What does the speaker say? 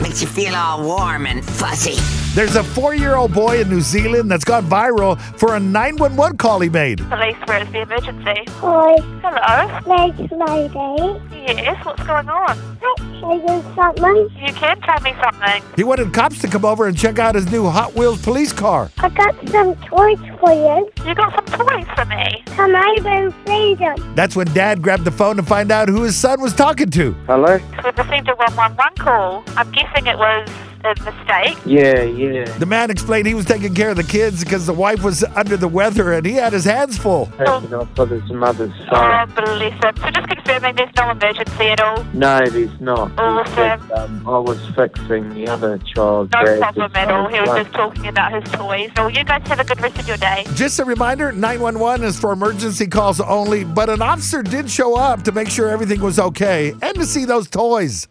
makes you feel all warm and fuzzy. There's a four year old boy in New Zealand that's gone viral for a 911 call he made. Police, where's the emergency? Hi, Hello? nice lady. Yes, what's going on? Can I show you something? You can tell me something. He wanted cops to come over and check out his new Hot Wheels police car. I got some toys for you. You got some toys for me. Come over and see them. That's when dad grabbed the phone to find out who his son was talking to. Hello? We've received a 111 call. I'm guessing it was a mistake. Yeah, yeah. The man explained he was taking care of the kids because the wife was under the weather and he had his hands full. Taking off brother's mother's Oh, son. bless him. So just confirming there's no emergency at all. No, it is not. He said, Awesome. um, I was fixing the other child. No problem at all. He was just talking about his toys. So you guys have a good rest of your day. Just a reminder 911 is for emergency calls only, but an officer did show up to make sure everything was okay and to see those toys.